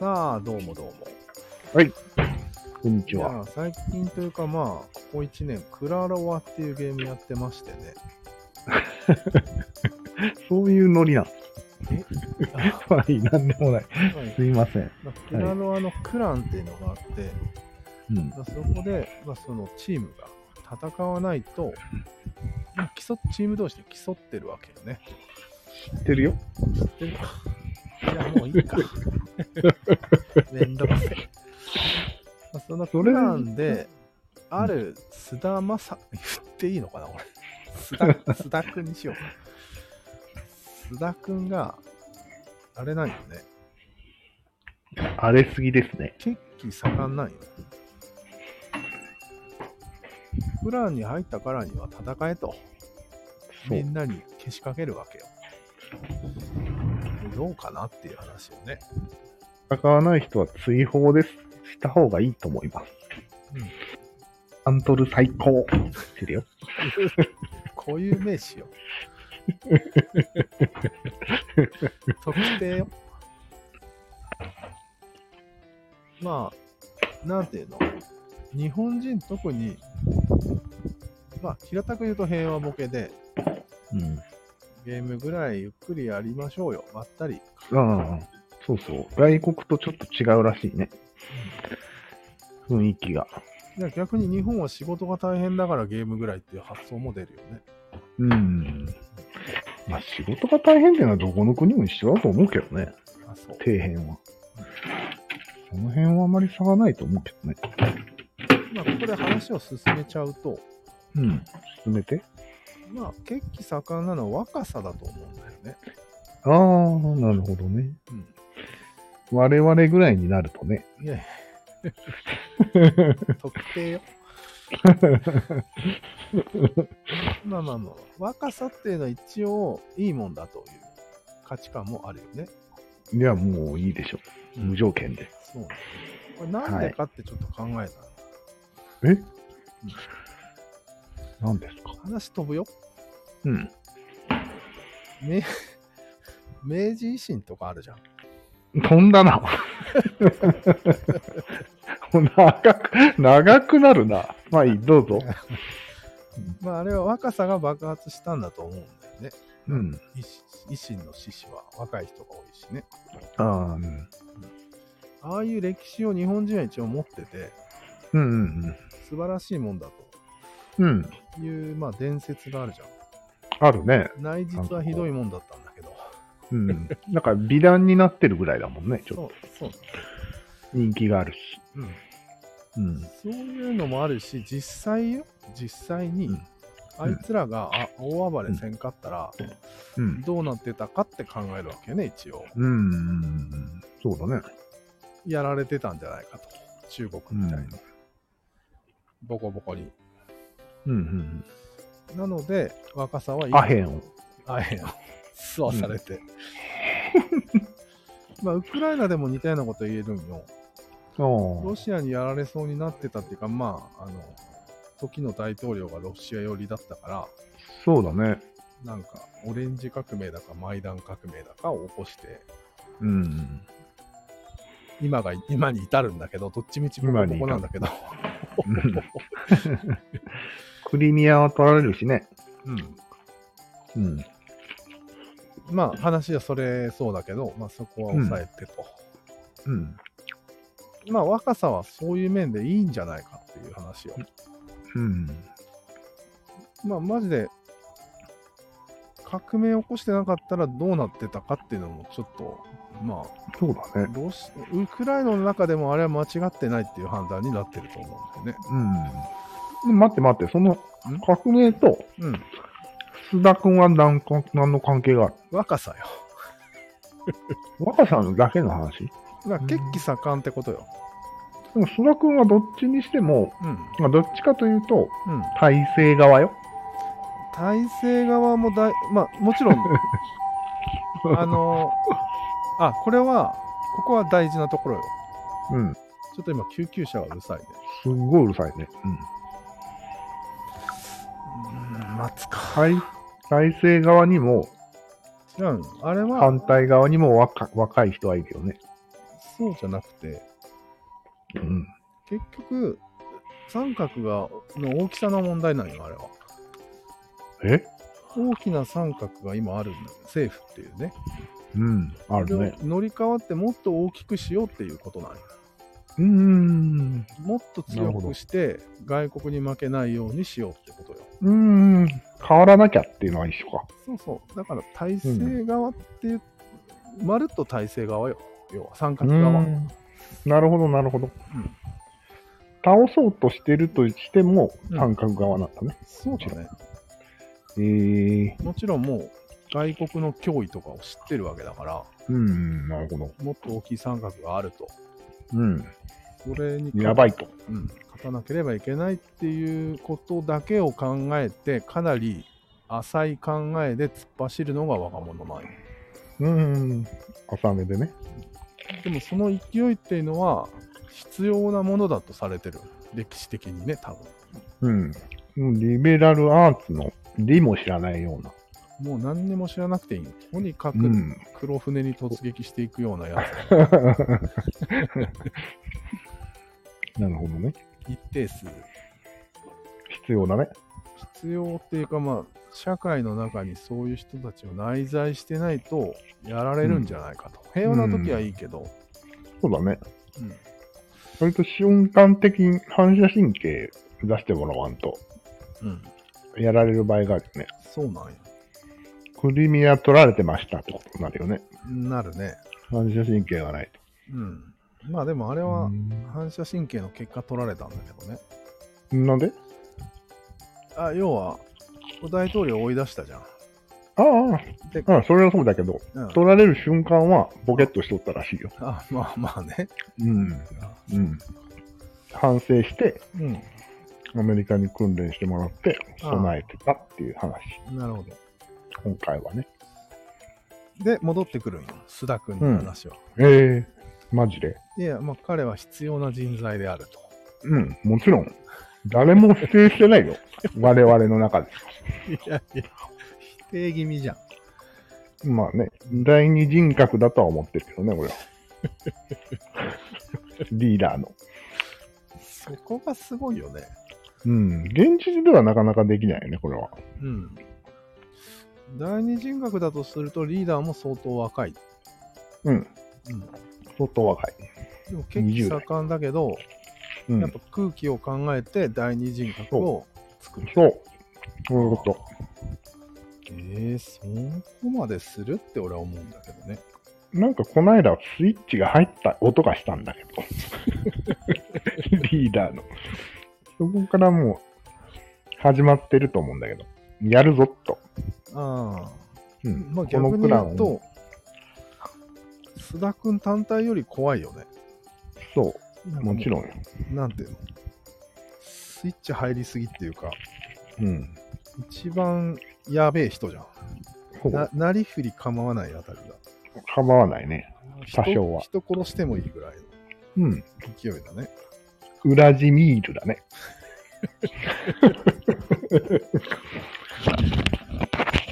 まあ、どうもどうも。こんにちいは。や、最近というかまあ、ここ1年、クラロワっていうゲームやってましてね。そういうノリなん。 えはい、なんでもない。はいすいません。まあクラロワのクランっていうのがあって、うん。まあそこで、まあ、そのチームが戦わないと、まあ競っチーム同士で競ってるわけよね。知ってるよ。知ってるか。いや、もういいか。めんどくせえ。まあそのクランで、ある須田正、言っていいのかな、俺。須田、須田くんにしようか。須田くんが、あれなんよね。荒れすぎですね。血気盛んなんよ。プランに入ったからには戦えと、そみう。んなにけしかけるわけよ。どうかなっていう話をね。戦わない人は追放です。した方がいいと思います。うんアントル最高。知ってるよ。こういう名詞よ。特定よ。まあ、なんていうの日本人特に、まあ、平たく言うと平和ボケで、うん。ゲームぐらいゆっくりやりましょうよ。まったり。ああ、そうそう。外国とちょっと違うらしいね。雰囲気が。いや逆に日本は仕事が大変だからゲームぐらいっていう発想も出るよね。うん。まあ仕事が大変っていうのはどこの国も一緒だと思うけどね。あ、そう。底辺は。その辺はあまり差がないと思うけどね。まあ、ここで話を進めちゃうと、うん。進めて。まあ、血気盛んなのは若さだと思うんだよね。ああ、なるほどね。うん。我々ぐらいになるとね。いやいや特定よ。まあまあまあ、若さっていうのは一応いいもんだという価値観もあるよね。いや、もういいでしょ。無条件で。そうこれなんでかってちょっと考えたの、え何ですか話飛ぶよ。うん。明明治維新とかあるじゃん。飛んだな。 長く、長くなるな。まあいい、どうぞ。まああれは若さが爆発したんだと思うんだよね。うん。維新維新の志士は若い人が多いしね。ああ、うん。ああいう歴史を日本人は一応持ってて、うんうん素晴らしいもんだうん。うん。という、まあ、伝説があるじゃん。あるね。内実はひどいもんだったんだけど。うん。なんか美談になってるぐらいだもんね。ちょっそう、そうと人気があるし。なの、うん。そういうのもあるし、実際よ、実際にうん、あいつらが、あ大暴れせんかったら、うん。どうなってたかって考えるわけよね、一応。うんうんうん。そうだね。やられてたんじゃないかと。中国みたいに。ボコボコに。うんうんなので、若さはういいん。アヘンを。アヘンを吸わされて。 まあ、ウクライナでも似たようなこと言えるんよ。あロシアにやられそうになってたっていうか、まあ、あの、時の大統領がロシア寄りだったから、あ。そうだね。なんか、オレンジ革命だか、マイダン革命だかを起こして、うん。今が、今に至るんだけど、どっちみち僕はここなんだけど、クリミアは取られるしね。 うん。うん。まあ、話はそれそうだけど、まあ、そこは抑えてと。うん。まあ、若さはそういう面でいいんじゃないかっていう話を。うん。まあ、マジで、革命起こしてなかったらどうなってたかっていうのもちょっと、まあ、そうだね。ロシウクライナの中でもあれは間違ってないっていう判断になってると思うんだよね。うん。待って待って、その革命とうん。須田君は何か何の関係がある若さよ。若さんだけの話だから血気盛んってことよ。でも須田君はどっちにしても、うん。まあ、どっちかというと、うん。体制側よ。体制側もだい、まあもち ろん、あのあ、これは、ここは大事なところよ。うん。ちょっと今救急車がうるさいね。すっごいうるさいね。うん。うん、待つか。体体制側にも、違うのあれは、反対側にも若若い人はいるよね。そうじゃなくて、うん。結局、三角が、の大きさの問題なんよ、あれは。え大きな三角が今あるんだよ。政府っていうね。うん。あるねそ。れを乗り換わってもっと大きくしようっていうことなんよ。うーん。もっと強くして、外国に負けないようにしようってことよ。うーん。変わらなきゃっていうのは一緒か。そうそう。だから体制側っていう、まるっと体制側よ。要は三角側。うーんなるほど、なるほど。倒そうとしてるとしても、うん三角側なんだね。そうだね。ええもちろんもう外国の脅威とかを知ってるわけだから、うん、なるほど。もっと大きい三角があると。うん。それにやばい、いと。うん、勝たなければいけないっていうことだけを考えて、かなり浅い考えで突っ走るのが若者なんようーん。浅めでね。でもその勢いっていうのは必要なものだとされてる。歴史的にね、多分。うん。リベラルアーツの理も知らないような。もう何にも知らなくていい。とにかくうん。黒船に突撃していくようなやつ、なるほどね。一定数必要だね。必要っていうかまあ社会の中にそういう人たちを内在してないとやられるんじゃないかと、平和な時はいいけど、そうだね。うん割と瞬間的に反射神経出してもらわんと、うんやられる場合があるよね。そうなんやクリミア取られてましたってことになるよね。なるね反射神経がないと。うんまあでもあれはうん反射神経の結果取られたんだけどねなんであ要は大統領を追い出したじゃんあであ、ああ、それはそうだけど、うん取られる瞬間はボケっとしとったらしいよ。あまあまあねうん。うん。反省して、うんアメリカに訓練してもらって、備えてたっていう話。なるほど今回はね。で戻ってくるんよ須田君の話は、ええマジで。いやまあ彼は必要な人材であるとうん、もちろん。誰も否定し てないよ。我々の中で。いやいや、否定気味じゃん。まあね、第二人格だとは思ってるけどね、 俺は。リーダーの。そこがすごいよね。うん、現実ではなかなかできないよね、これは。うん。第二人格だとするとリーダーも相当若い。うん、うん。相当若い。でも結20構代盛んだけど、うやっんぱ、空気を考えて第二人格を作る。そう。そういうこと。えー、そこまでするって俺は思うんだけどね。なんかこの間スイッチが入った音がした んだけど。リーダーの。そこからもう始まってると思うんだけど。やるぞっと。あうあ。ん、まあこ逆のにプラン言をうと、須田君単体より怖いよね。そなかう、うもちろんよ。なんていうのスイッチ入りすぎっていうか、うん。一番やべえ人じゃん。そうななりふり構わないあたりが。構わないね。人多少は人殺してもいいぐらいのうん。勢いだね。裏地ミールだね。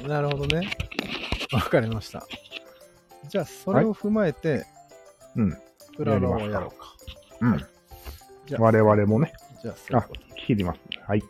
なるほどね。わかりました。じゃあ、それを踏まえて、うん。プラロをやろうか。うん。じゃあ我々もね、じゃあ、そういうこと切ります。はい。